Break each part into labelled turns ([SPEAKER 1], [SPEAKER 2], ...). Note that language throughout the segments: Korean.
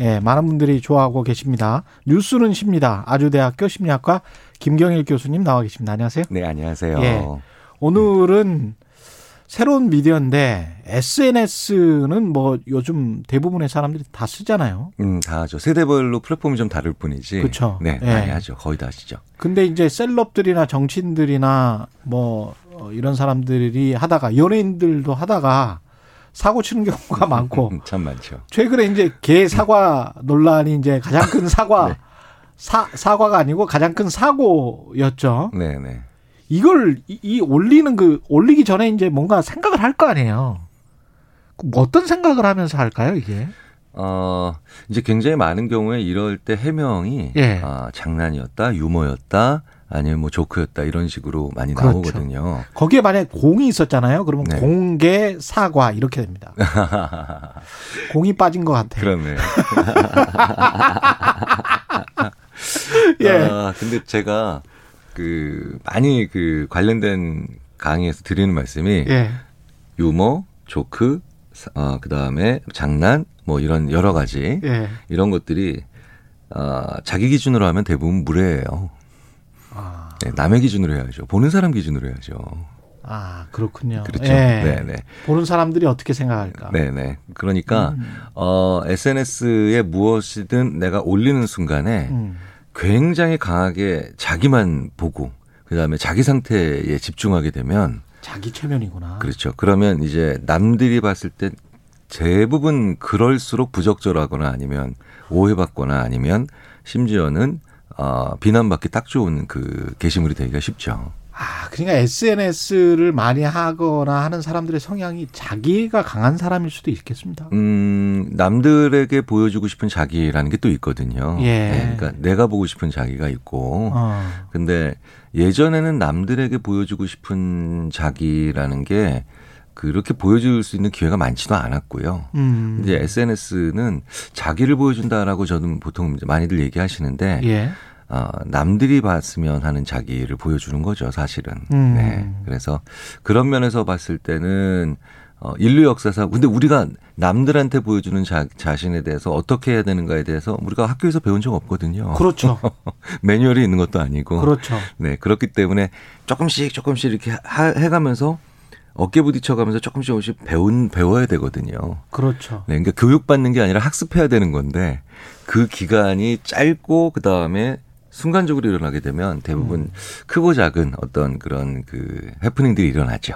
[SPEAKER 1] 예, 많은 분들이 좋아하고 계십니다. 뉴스는 십니다. 아주대학교 심리학과 김경일 교수님 나와 계십니다. 안녕하세요.
[SPEAKER 2] 네, 안녕하세요.
[SPEAKER 1] 예. 오늘은 새로운 미디어인데 SNS는 뭐 요즘 대부분의 사람들이 다 쓰잖아요.
[SPEAKER 2] 음, 다 하죠. 세대별로 플랫폼이 좀 다를 뿐이지.
[SPEAKER 1] 그쵸.
[SPEAKER 2] 네,
[SPEAKER 1] 예.
[SPEAKER 2] 많이 하죠. 거의 다 하시죠.
[SPEAKER 1] 근데 이제 셀럽들이나 정치인들이나 뭐 어, 이런 사람들이 하다가 연예인들도 하다가 사고 치는 경우가 많고
[SPEAKER 2] 음, 참 많죠.
[SPEAKER 1] 최근에 이제 개 사과 논란이 이제 가장 큰 사과
[SPEAKER 2] 네.
[SPEAKER 1] 사, 사과가 아니고 가장 큰 사고였죠.
[SPEAKER 2] 네, 네.
[SPEAKER 1] 이걸 이, 이 올리는 그 올리기 전에 이제 뭔가 생각을 할 거 아니에요. 그럼 어떤 생각을 하면서 할까요, 이게?
[SPEAKER 2] 어, 이제 굉장히 많은 경우에 이럴 때 해명이
[SPEAKER 1] 예.
[SPEAKER 2] 아, 장난이었다, 유머였다, 아니면 뭐 조크였다 이런 식으로 많이
[SPEAKER 1] 그렇죠.
[SPEAKER 2] 나오거든요.
[SPEAKER 1] 거기에 만약 공이 있었잖아요. 그러면
[SPEAKER 2] 네.
[SPEAKER 1] 공개 사과 이렇게 됩니다. 공이 빠진 것 같아요.
[SPEAKER 2] 그러네요.
[SPEAKER 1] 예.
[SPEAKER 2] 아, 근데 제가 그 많이 그 관련된 강의에서 드리는 말씀이
[SPEAKER 1] 예.
[SPEAKER 2] 유머, 조크, 사- 어, 그다음에 장난 뭐 이런 여러 가지
[SPEAKER 1] 예.
[SPEAKER 2] 이런 것들이 어, 자기 기준으로 하면 대부분 무례예요.
[SPEAKER 1] 아,
[SPEAKER 2] 네, 남의 기준으로 해야죠. 보는 사람 기준으로 해야죠.
[SPEAKER 1] 아, 그렇군요.
[SPEAKER 2] 그렇죠.
[SPEAKER 1] 예.
[SPEAKER 2] 네네.
[SPEAKER 1] 보는 사람들이 어떻게 생각할까? 음,
[SPEAKER 2] 네네. 그러니까 어, SNS에 무엇이든 내가 올리는 순간에
[SPEAKER 1] 음.
[SPEAKER 2] 굉장히 강하게 자기만 보고 그다음에 자기 상태에 집중하게 되면
[SPEAKER 1] 자기 최면이구나.
[SPEAKER 2] 그렇죠. 그러면 이제 남들이 봤을 때 대부분 그럴수록 부적절하거나 아니면 오해받거나 아니면 심지어는 어, 비난받기 딱 좋은 그 게시물이 되기가 쉽죠.
[SPEAKER 1] 아, 그러니까 SNS를 많이 하거나 하는 사람들의 성향이 자기가 강한 사람일 수도 있겠습니다.
[SPEAKER 2] 음, 남들에게 보여주고 싶은 자기라는 게 또 있거든요.
[SPEAKER 1] 예.
[SPEAKER 2] 그러니까 내가 보고 싶은 자기가 있고.
[SPEAKER 1] 어.
[SPEAKER 2] 근데 예전에는 남들에게 보여주고 싶은 자기라는 게 그렇게 보여줄 수 있는 기회가 많지도 않았고요.
[SPEAKER 1] 음.
[SPEAKER 2] 이제 SNS는 자기를 보여준다라고 저는 보통 이제 많이들 얘기하시는데
[SPEAKER 1] 예.
[SPEAKER 2] 어, 남들이 봤으면 하는 자기를 보여주는 거죠, 사실은.
[SPEAKER 1] 음.
[SPEAKER 2] 네. 그래서 그런 면에서 봤을 때는 어, 인류 역사상 근데 우리가 남들한테 보여주는 자, 자신에 대해서 어떻게 해야 되는가에 대해서 우리가 학교에서 배운 적 없거든요.
[SPEAKER 1] 그렇죠.
[SPEAKER 2] 어. 매뉴얼이 있는 것도 아니고.
[SPEAKER 1] 그렇죠.
[SPEAKER 2] 네, 그렇기 때문에 조금씩 조금씩 이렇게 하, 해가면서 어깨 부딪혀가면서 조금씩 조금씩 배운 배워야 되거든요.
[SPEAKER 1] 그렇죠.
[SPEAKER 2] 네, 그러니까 교육받는 게 아니라 학습해야 되는 건데 그 기간이 짧고 그 다음에 순간적으로 일어나게 되면 대부분
[SPEAKER 1] 음.
[SPEAKER 2] 크고 작은 어떤 그런 그 해프닝들이 일어나죠.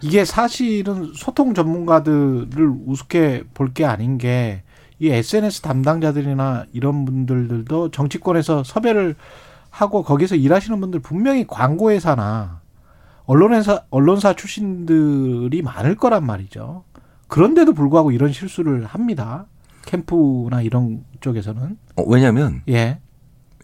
[SPEAKER 1] 이게 사실은 소통 전문가들을 우습게 볼 게 아닌 게 이 SNS 담당자들이나 이런 분들도 정치권에서 섭외를 하고 거기서 일하시는 분들 분명히 광고회사나 언론회사 언론사 출신들이 많을 거란 말이죠. 그런데도 불구하고 이런 실수를 합니다. 캠프나 이런 쪽에서는
[SPEAKER 2] 어, 왜냐하면
[SPEAKER 1] 예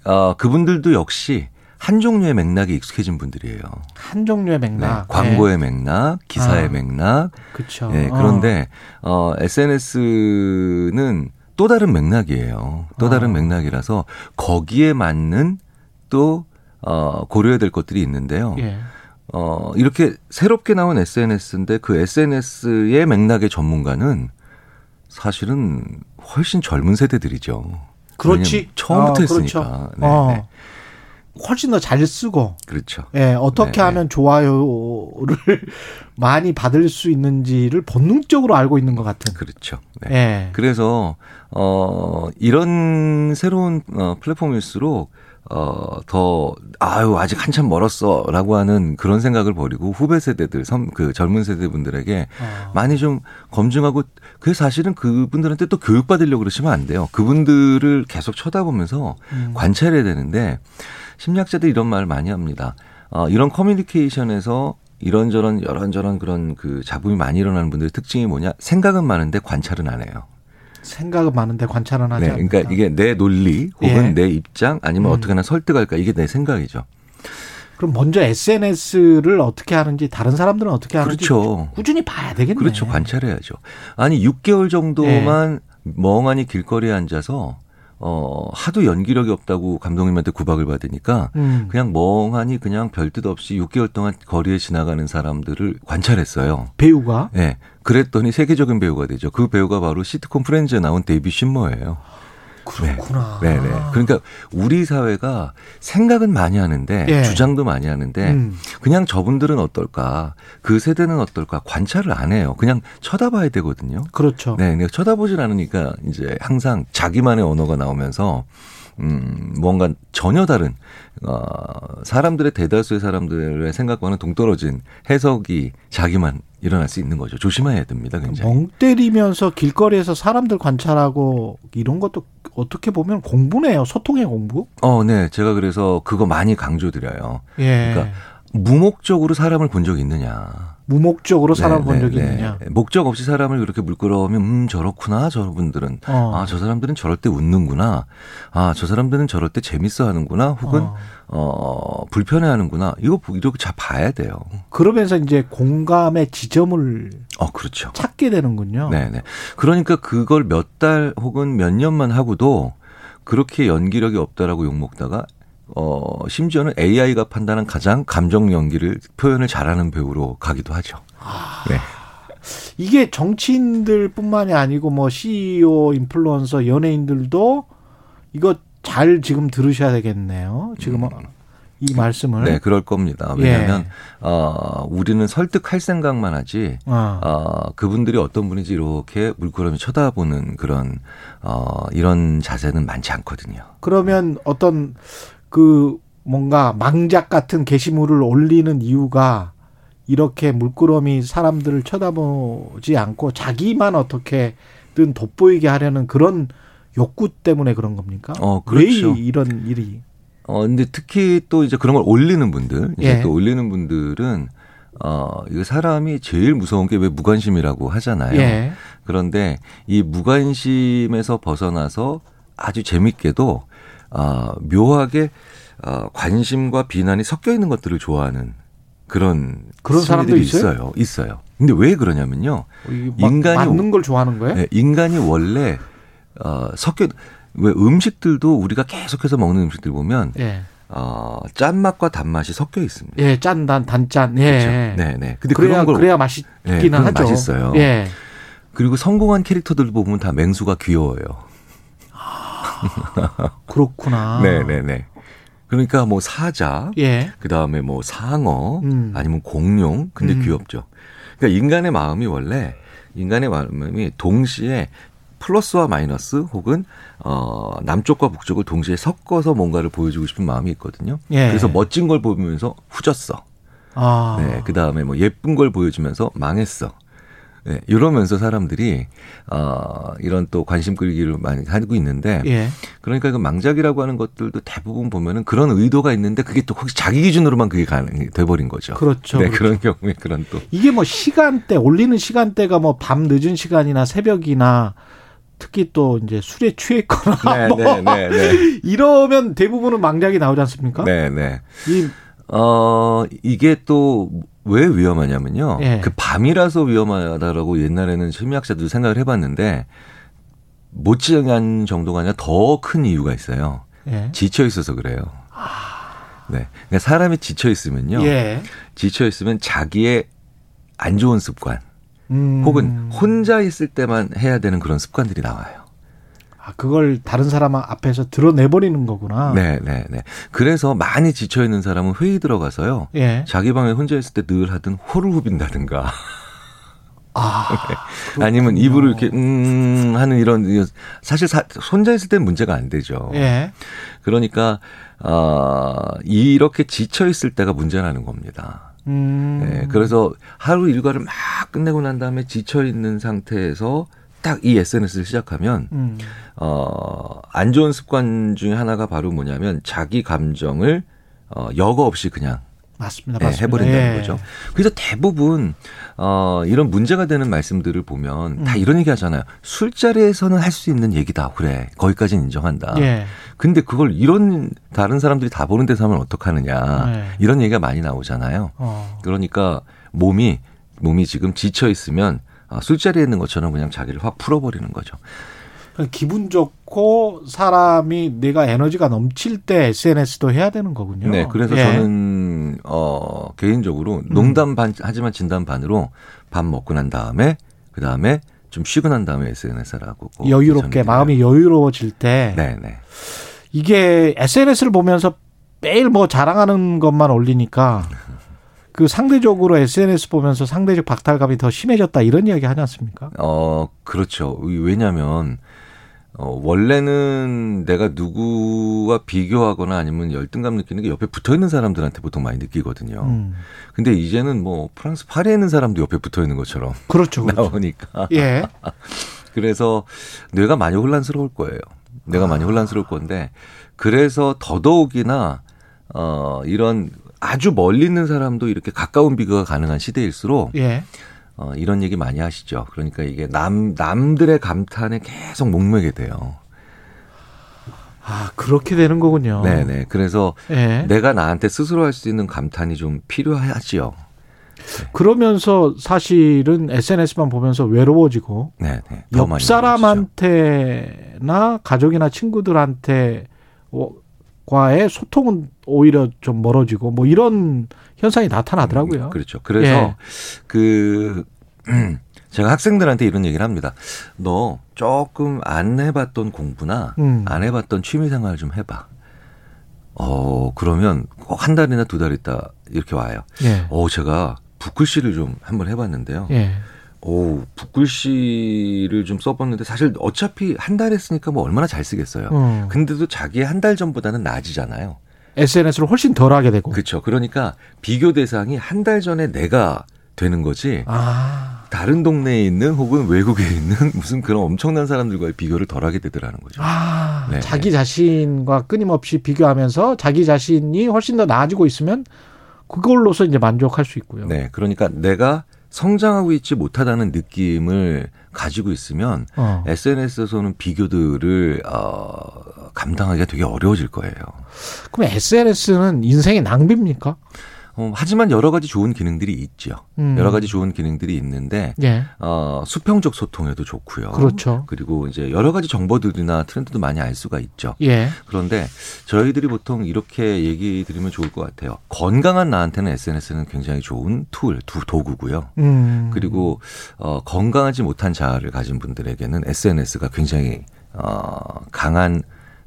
[SPEAKER 2] 어, 그분들도 역시 한 종류의 맥락에 익숙해진 분들이에요.
[SPEAKER 1] 한 종류의
[SPEAKER 2] 네,
[SPEAKER 1] 맥락,
[SPEAKER 2] 광고의 맥락, 기사의
[SPEAKER 1] 아.
[SPEAKER 2] 맥락.
[SPEAKER 1] 그렇죠.
[SPEAKER 2] 네, 그런데 어, SNS는 또 다른 맥락이에요. 또 다른
[SPEAKER 1] 아.
[SPEAKER 2] 맥락이라서 거기에 맞는 또 어, 고려해야 될 것들이 있는데요.
[SPEAKER 1] 예.
[SPEAKER 2] 어, 이렇게 새롭게 나온 SNS인데 그 SNS의 맥락의 전문가는 사실은 훨씬 젊은 세대들이죠.
[SPEAKER 1] 그렇지
[SPEAKER 2] 왜냐면
[SPEAKER 1] 아,
[SPEAKER 2] 처음부터 했으니까.
[SPEAKER 1] 그렇죠.
[SPEAKER 2] 네,
[SPEAKER 1] 어.
[SPEAKER 2] 네.
[SPEAKER 1] 훨씬 더 잘 쓰고
[SPEAKER 2] 그렇죠.
[SPEAKER 1] 예, 어떻게
[SPEAKER 2] 네,
[SPEAKER 1] 하면 좋아요를 많이 받을 수 있는지를 본능적으로 알고 있는 것 같은.
[SPEAKER 2] 그렇죠. 네.
[SPEAKER 1] 예.
[SPEAKER 2] 그래서 어 이런 새로운 어, 플랫폼일수록 어더 아유 아직 한참 멀었어라고 하는 그런 생각을 버리고 후배 세대들 섬 그 젊은 세대분들에게
[SPEAKER 1] 어.
[SPEAKER 2] 많이 좀 검증하고 그 사실은 그분들한테 또 교육 받으려고 그러시면 안 돼요. 그분들을 계속 쳐다보면서
[SPEAKER 1] 음.
[SPEAKER 2] 관찰해야 되는데 심리학자들이 이런 말을 많이 합니다. 어, 이런 커뮤니케이션에서 이런저런 여런저런 그런 그 잡음이 많이 일어나는 분들의 특징이 뭐냐? 생각은 많은데 관찰은 안 해요.
[SPEAKER 1] 생각은 많은데 관찰은 하지
[SPEAKER 2] 네,
[SPEAKER 1] 않는다.
[SPEAKER 2] 그러니까 이게 내 논리 혹은
[SPEAKER 1] 예.
[SPEAKER 2] 내 입장 아니면 어떻게 하나 설득할까 이게 내 생각이죠.
[SPEAKER 1] 그럼 먼저 SNS를 어떻게 하는지 다른 사람들은 어떻게 하는지
[SPEAKER 2] 그렇죠.
[SPEAKER 1] 꾸준히 봐야 되겠네.
[SPEAKER 2] 그렇죠. 관찰해야죠. 아니 6개월 정도만 멍하니 길거리에 앉아서 어 하도 연기력이 없다고 감독님한테 구박을 받으니까
[SPEAKER 1] 음.
[SPEAKER 2] 그냥 멍하니 그냥 별뜻 없이 6개월 동안 거리에 지나가는 사람들을 관찰했어요.
[SPEAKER 1] 배우가
[SPEAKER 2] 예. 그랬더니 세계적인 배우가 되죠. 그 배우가 바로 시트콤 프렌즈에 나온 데이비 신머예요.
[SPEAKER 1] 그렇구나.
[SPEAKER 2] 네, 네. 그러니까 우리 사회가 생각은 많이 하는데
[SPEAKER 1] 예.
[SPEAKER 2] 주장도 많이 하는데
[SPEAKER 1] 음.
[SPEAKER 2] 그냥 저분들은 어떨까? 그 세대는 어떨까? 관찰을 안 해요. 그냥 쳐다봐야 되거든요.
[SPEAKER 1] 그렇죠.
[SPEAKER 2] 네, 네. 쳐다보질 않으니까 이제 항상 자기만의 언어가 나오면서 음, 뭔가 전혀 다른 어, 사람들의 대다수의 사람들의 생각과는 동떨어진 해석이 자기만 일어날 수 있는 거죠. 조심해야 됩니다, 굉장히.
[SPEAKER 1] 멍 때리면서 길거리에서 사람들 관찰하고 이런 것도 어떻게 보면 공부네요. 소통의 공부.
[SPEAKER 2] 어, 네. 제가 그래서 그거 많이 강조드려요.
[SPEAKER 1] 예.
[SPEAKER 2] 그러니까 무목적으로 사람을 본 적이 있느냐.
[SPEAKER 1] 무목적으로 사람
[SPEAKER 2] 네,
[SPEAKER 1] 본
[SPEAKER 2] 네,
[SPEAKER 1] 적이
[SPEAKER 2] 네.
[SPEAKER 1] 있느냐.
[SPEAKER 2] 목적 없이 사람을 그렇게 물끄러우면 음 저렇구나 저분들은
[SPEAKER 1] 어.
[SPEAKER 2] 아 저 사람들은 저럴 때 웃는구나 아 저 사람들은 저럴 때 재밌어하는구나 혹은
[SPEAKER 1] 어.
[SPEAKER 2] 어, 불편해하는구나 이거 보- 이렇게 잘 봐야 돼요.
[SPEAKER 1] 그러면서 이제 공감의 지점을
[SPEAKER 2] 어 그렇죠.
[SPEAKER 1] 찾게 되는군요.
[SPEAKER 2] 네네. 그러니까 그걸 몇 달 혹은 몇 년만 하고도 그렇게 연기력이 없다라고 욕 먹다가 어 심지어는 AI가 판단한 가장 감정 연기를 표현을 잘하는 배우로 가기도 하죠. 네.
[SPEAKER 1] 이게 정치인들뿐만이 아니고 뭐 CEO, 인플루언서, 연예인들도 이거 잘 지금 들으셔야 되겠네요. 지금 이 말씀을.
[SPEAKER 2] 음. 네, 예. 그럴 겁니다. 왜냐하면 어, 우리는 설득할 생각만 하지
[SPEAKER 1] 아,
[SPEAKER 2] 어, 그분들이 어떤 분인지 이렇게 물끄러미 쳐다보는 그런 어, 이런 자세는 많지 않거든요.
[SPEAKER 1] 그러면 어떤 그 뭔가 망작 같은 게시물을 올리는 이유가 이렇게 물끄러미 사람들을 쳐다보지 않고 자기만 어떻게든 돋보이게 하려는 그런 욕구 때문에 그런 겁니까?
[SPEAKER 2] 어, 그렇죠.
[SPEAKER 1] 왜 이- 이런 일이?
[SPEAKER 2] 어, 근데 특히 또 이제 그런 걸 올리는 분들, 이제
[SPEAKER 1] 예.
[SPEAKER 2] 또 올리는 분들은 어, 이거 사람이 제일 무서운 게 왜 무관심이라고 하잖아요.
[SPEAKER 1] 예.
[SPEAKER 2] 그런데 이 무관심에서 벗어나서 아주 재밌게도 아, 묘하게 어, 관심과 비난이 섞여 있는 것들을 좋아하는 그런
[SPEAKER 1] 그런 사람도
[SPEAKER 2] 심리들이
[SPEAKER 1] 있어요?
[SPEAKER 2] 있어요. 있어요. 근데 왜 그러냐면요.
[SPEAKER 1] 어, 이게 막
[SPEAKER 2] 인간이
[SPEAKER 1] 맞는 걸 좋아하는 거예요?
[SPEAKER 2] 네, 인간이 원래 어, 섞여 왜 음식들도 우리가 계속해서 먹는 음식들 보면
[SPEAKER 1] 예.
[SPEAKER 2] 어, 짠맛과 단맛이 섞여 있습니다.
[SPEAKER 1] 예, 짠, 단, 단짠. 예.
[SPEAKER 2] 그렇죠? 네, 네. 근데
[SPEAKER 1] 그래야
[SPEAKER 2] 그런 걸
[SPEAKER 1] 그래야 맛있기는
[SPEAKER 2] 예, 그건
[SPEAKER 1] 하죠.
[SPEAKER 2] 맛있어요.
[SPEAKER 1] 예.
[SPEAKER 2] 그리고 성공한 캐릭터들 보면 다 맹수가 귀여워요.
[SPEAKER 1] 그렇구나.
[SPEAKER 2] 네네네. 그러니까 뭐 사자,
[SPEAKER 1] 예.
[SPEAKER 2] 그 다음에 뭐 상어,
[SPEAKER 1] 음.
[SPEAKER 2] 아니면 공룡, 근데
[SPEAKER 1] 음.
[SPEAKER 2] 귀엽죠. 그러니까 인간의 마음이 원래 인간의 마음이 동시에 플러스와 마이너스 혹은 어 남쪽과 북쪽을 동시에 섞어서 뭔가를 보여주고 싶은 마음이 있거든요.
[SPEAKER 1] 예.
[SPEAKER 2] 그래서 멋진 걸 보면서 후졌어.
[SPEAKER 1] 아.
[SPEAKER 2] 네, 그 다음에 뭐 예쁜 걸 보여주면서 망했어. 네, 이러면서 사람들이 어 이런 또 관심 끌기를 많이 하고 있는데
[SPEAKER 1] 예.
[SPEAKER 2] 그러니까 그 망작이라고 하는 것들도 대부분 보면은 그런 의도가 있는데 그게 또 혹시 자기 기준으로만 그게 가능이 돼버린 거죠.
[SPEAKER 1] 그렇죠,
[SPEAKER 2] 네,
[SPEAKER 1] 그렇죠.
[SPEAKER 2] 그런 경우에 그런 또.
[SPEAKER 1] 이게 뭐 시간대 올리는 시간대가 뭐 밤 늦은 시간이나 새벽이나 특히 또 이제 술에 취했거나
[SPEAKER 2] 네,
[SPEAKER 1] 뭐
[SPEAKER 2] 네, 네, 네.
[SPEAKER 1] 이러면 대부분은 망작이 나오지 않습니까?
[SPEAKER 2] 네, 네.
[SPEAKER 1] 이
[SPEAKER 2] 어, 이게 또 왜 위험하냐면요.
[SPEAKER 1] 예.
[SPEAKER 2] 그 밤이라서 위험하다라고 옛날에는 심리학자들도 생각을 해봤는데 못지않은 정도가 아니라 더 큰 이유가 있어요.
[SPEAKER 1] 예.
[SPEAKER 2] 지쳐 있어서 그래요. 네. 그러니까 사람이 지쳐 있으면요.
[SPEAKER 1] 예.
[SPEAKER 2] 지쳐 있으면 자기의 안 좋은 습관
[SPEAKER 1] 음.
[SPEAKER 2] 혹은 혼자 있을 때만 해야 되는 그런 습관들이 나와요.
[SPEAKER 1] 아, 그걸 다른 사람 앞에서 드러내 버리는 거구나.
[SPEAKER 2] 네, 네, 네. 그래서 많이 지쳐 있는 사람은 회의 들어가서요.
[SPEAKER 1] 예.
[SPEAKER 2] 자기 방에 혼자 있을 때 늘 하던 호를 후빈다든가
[SPEAKER 1] 아.
[SPEAKER 2] 네. 아니면 입으로 이렇게 음 하는 이런 사실 사, 혼자 있을 땐 문제가 안 되죠.
[SPEAKER 1] 예.
[SPEAKER 2] 그러니까 아 이렇게 지쳐 있을 때가 문제라는 겁니다.
[SPEAKER 1] 음.
[SPEAKER 2] 네, 그래서 하루 일과를 막 끝내고 난 다음에 지쳐 있는 상태에서 딱 이 SNS를 시작하면
[SPEAKER 1] 음.
[SPEAKER 2] 어, 안 좋은 습관 중에 하나가 바로 뭐냐면 자기 감정을 어, 여과 없이 그냥
[SPEAKER 1] 맞습니다.
[SPEAKER 2] 예,
[SPEAKER 1] 맞습니다.
[SPEAKER 2] 해버린다는
[SPEAKER 1] 예.
[SPEAKER 2] 거죠. 그래서 대부분 어, 이런 문제가 되는 말씀들을 보면 다
[SPEAKER 1] 음.
[SPEAKER 2] 이런 얘기 하잖아요. 술자리에서는 할 수 있는 얘기다. 그래. 거기까지는 인정한다.
[SPEAKER 1] 예.
[SPEAKER 2] 근데 그걸 이런 다른 사람들이 다 보는 데서 하면 어떡하느냐.
[SPEAKER 1] 네.
[SPEAKER 2] 이런 얘기가 많이 나오잖아요.
[SPEAKER 1] 어.
[SPEAKER 2] 그러니까 몸이 몸이 지금 지쳐 있으면 아, 술자리에 있는 것처럼 그냥 자기를 확 풀어버리는 거죠.
[SPEAKER 1] 그러니까 기분 좋고 사람이 내가 에너지가 넘칠 때 SNS도 해야 되는 거군요.
[SPEAKER 2] 네, 그래서
[SPEAKER 1] 예. 음.
[SPEAKER 2] 저는 어 개인적으로 농담 반 하지만 진담 반으로 밥 먹고 난 다음에 그 다음에 좀 쉬고 난 다음에 SNS라고
[SPEAKER 1] 여유롭게 마음이 여유로워질 때
[SPEAKER 2] 뭐 네네
[SPEAKER 1] 이게 SNS를 보면서 매일 뭐 자랑하는 것만 올리니까 그 상대적으로 SNS 보면서 상대적 박탈감이 더 심해졌다 이런 이야기 하지 않습니까?
[SPEAKER 2] 어 그렇죠 왜냐하면 어, 원래는 내가 누구와 비교하거나 아니면 열등감 느끼는 게 옆에 붙어 있는 사람들한테 보통 많이 느끼거든요.
[SPEAKER 1] 음.
[SPEAKER 2] 근데 이제는 뭐 프랑스 파리에 있는 사람도 옆에 붙어 있는 것처럼
[SPEAKER 1] 그렇죠. 그렇죠.
[SPEAKER 2] 나오니까
[SPEAKER 1] 예.
[SPEAKER 2] 그래서 뇌가 많이 혼란스러울 거예요. 뇌가 많이 혼란스러울 건데 그래서 더더욱이나 어 이런 아주 멀리 있는 사람도 이렇게 가까운 비교가 가능한 시대일수록
[SPEAKER 1] 예.
[SPEAKER 2] 어 이런 얘기 많이 하시죠. 그러니까 이게 남 남들의 감탄에 계속 목매게 돼요.
[SPEAKER 1] 아, 그렇게 되는 거군요.
[SPEAKER 2] 네, 네. 그래서
[SPEAKER 1] 예.
[SPEAKER 2] 내가 나한테 스스로 할 수 있는 감탄이 좀 필요하지요.
[SPEAKER 1] 그러면서 사실은 SNS만 보면서 외로워지고
[SPEAKER 2] 네, 네. 더
[SPEAKER 1] 옆
[SPEAKER 2] 많이
[SPEAKER 1] 사람한테나 가족이나 친구들한테 어, 과의 소통은 오히려 좀 멀어지고 뭐 이런 현상이 나타나더라고요.
[SPEAKER 2] 그렇죠. 그래서
[SPEAKER 1] 예.
[SPEAKER 2] 그 제가 학생들한테 이런 얘기를 합니다. 너 조금 안 해봤던 공부나
[SPEAKER 1] 음.
[SPEAKER 2] 안 해봤던 취미생활 좀 해봐. 어 그러면 꼭 한 달이나 두 달 있다 이렇게 와요.
[SPEAKER 1] 예.
[SPEAKER 2] 어 제가 붓글씨를 좀 한번 해봤는데요.
[SPEAKER 1] 예.
[SPEAKER 2] 오 붓글씨를 좀 써봤는데 사실 어차피 한 달 했으니까 뭐 얼마나 잘 쓰겠어요.
[SPEAKER 1] 음.
[SPEAKER 2] 근데도 자기 의 한 달 전보다는 나아지잖아요.
[SPEAKER 1] SNS를 훨씬 덜 하게 되고.
[SPEAKER 2] 그렇죠. 그러니까 비교 대상이 한 달 전에 내가 되는 거지
[SPEAKER 1] 아.
[SPEAKER 2] 다른 동네에 있는 혹은 외국에 있는 무슨 그런 엄청난 사람들과의 비교를 덜하게 되더라는 거죠.
[SPEAKER 1] 아,
[SPEAKER 2] 네.
[SPEAKER 1] 자기 자신과 끊임없이 비교하면서 자기 자신이 훨씬 더 나아지고 있으면 그걸로서 이제 만족할 수 있고요.
[SPEAKER 2] 네, 그러니까 내가 성장하고 있지 못하다는 느낌을 가지고 있으면
[SPEAKER 1] 어.
[SPEAKER 2] SNS에서는 비교들을 어, 감당하기가 되게 어려워질 거예요.
[SPEAKER 1] 그럼 SNS는 인생의 낭비입니까?
[SPEAKER 2] 어, 하지만 여러 가지 좋은 기능들이 있죠.
[SPEAKER 1] 음.
[SPEAKER 2] 여러 가지 좋은 기능들이 있는데
[SPEAKER 1] 예.
[SPEAKER 2] 어, 수평적 소통에도 좋고요.
[SPEAKER 1] 그렇죠.
[SPEAKER 2] 그리고 이제 여러 가지 정보들이나 트렌드도 많이 알 수가 있죠.
[SPEAKER 1] 예.
[SPEAKER 2] 그런데 저희들이 보통 이렇게 얘기 드리면 좋을 것 같아요. 건강한 나한테는 SNS는 굉장히 좋은 툴, 두- 도구고요.
[SPEAKER 1] 음.
[SPEAKER 2] 그리고 어, 건강하지 못한 자아를 가진 분들에게는 SNS가 굉장히 어, 강한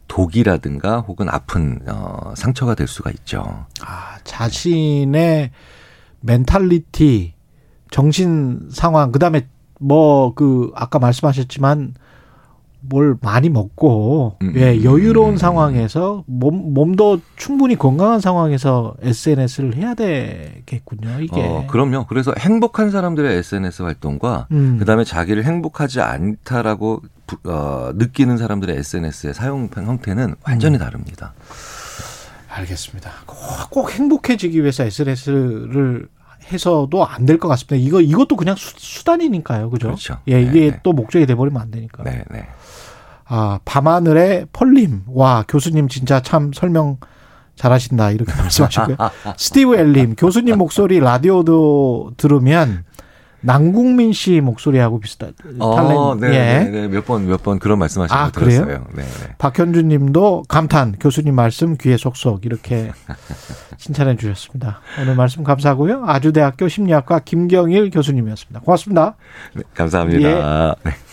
[SPEAKER 2] 독이라든가 혹은 아픈 어, 상처가 될 수가 있죠.
[SPEAKER 1] 아, 자신의 멘탈리티, 정신 상황, 그 다음에 뭐, 그, 아까 말씀하셨지만, 뭘 많이 먹고,
[SPEAKER 2] 음,
[SPEAKER 1] 예,
[SPEAKER 2] 음,
[SPEAKER 1] 여유로운
[SPEAKER 2] 음.
[SPEAKER 1] 상황에서, 몸, 몸도 충분히 건강한 상황에서 SNS를 해야 되겠군요, 이게.
[SPEAKER 2] 어, 그럼요. 그래서 행복한 사람들의 SNS 활동과
[SPEAKER 1] 음.
[SPEAKER 2] 그다음에 자기를 행복하지 않다라고 부- 어, 느끼는 사람들의 SNS의 사용 형태는
[SPEAKER 1] 음.
[SPEAKER 2] 완전히 다릅니다.
[SPEAKER 1] 알겠습니다. 꼭, 꼭 행복해지기 위해서 SNS를 해서도 안 될 것 같습니다. 이거, 이것도 그냥 수, 수단이니까요, 그죠?
[SPEAKER 2] 그렇죠.
[SPEAKER 1] 예, 이게
[SPEAKER 2] 네, 네.
[SPEAKER 1] 또 목적이 돼버리면 안 되니까.
[SPEAKER 2] 네, 네.
[SPEAKER 1] 아, 밤하늘의 펄림. 와, 교수님 진짜 참 설명 잘하신다. 이렇게 말씀하셨고요. 스티브 엘림, 교수님 목소리 라디오도 들으면 남궁민 씨 목소리하고 비슷한
[SPEAKER 2] 어,
[SPEAKER 1] 탤런트. 예.
[SPEAKER 2] 네, 네, 네. 몇 번, 몇 번 그런 말씀하신
[SPEAKER 1] 아,
[SPEAKER 2] 거
[SPEAKER 1] 그래요?
[SPEAKER 2] 들었어요. 네, 네.
[SPEAKER 1] 박현준 님도 감탄, 교수님 말씀 귀에 속속 이렇게 칭찬해 주셨습니다. 오늘 말씀 감사하고요. 아주대학교 심리학과 김경일 교수님이었습니다. 고맙습니다.
[SPEAKER 2] 네, 감사합니다. 네.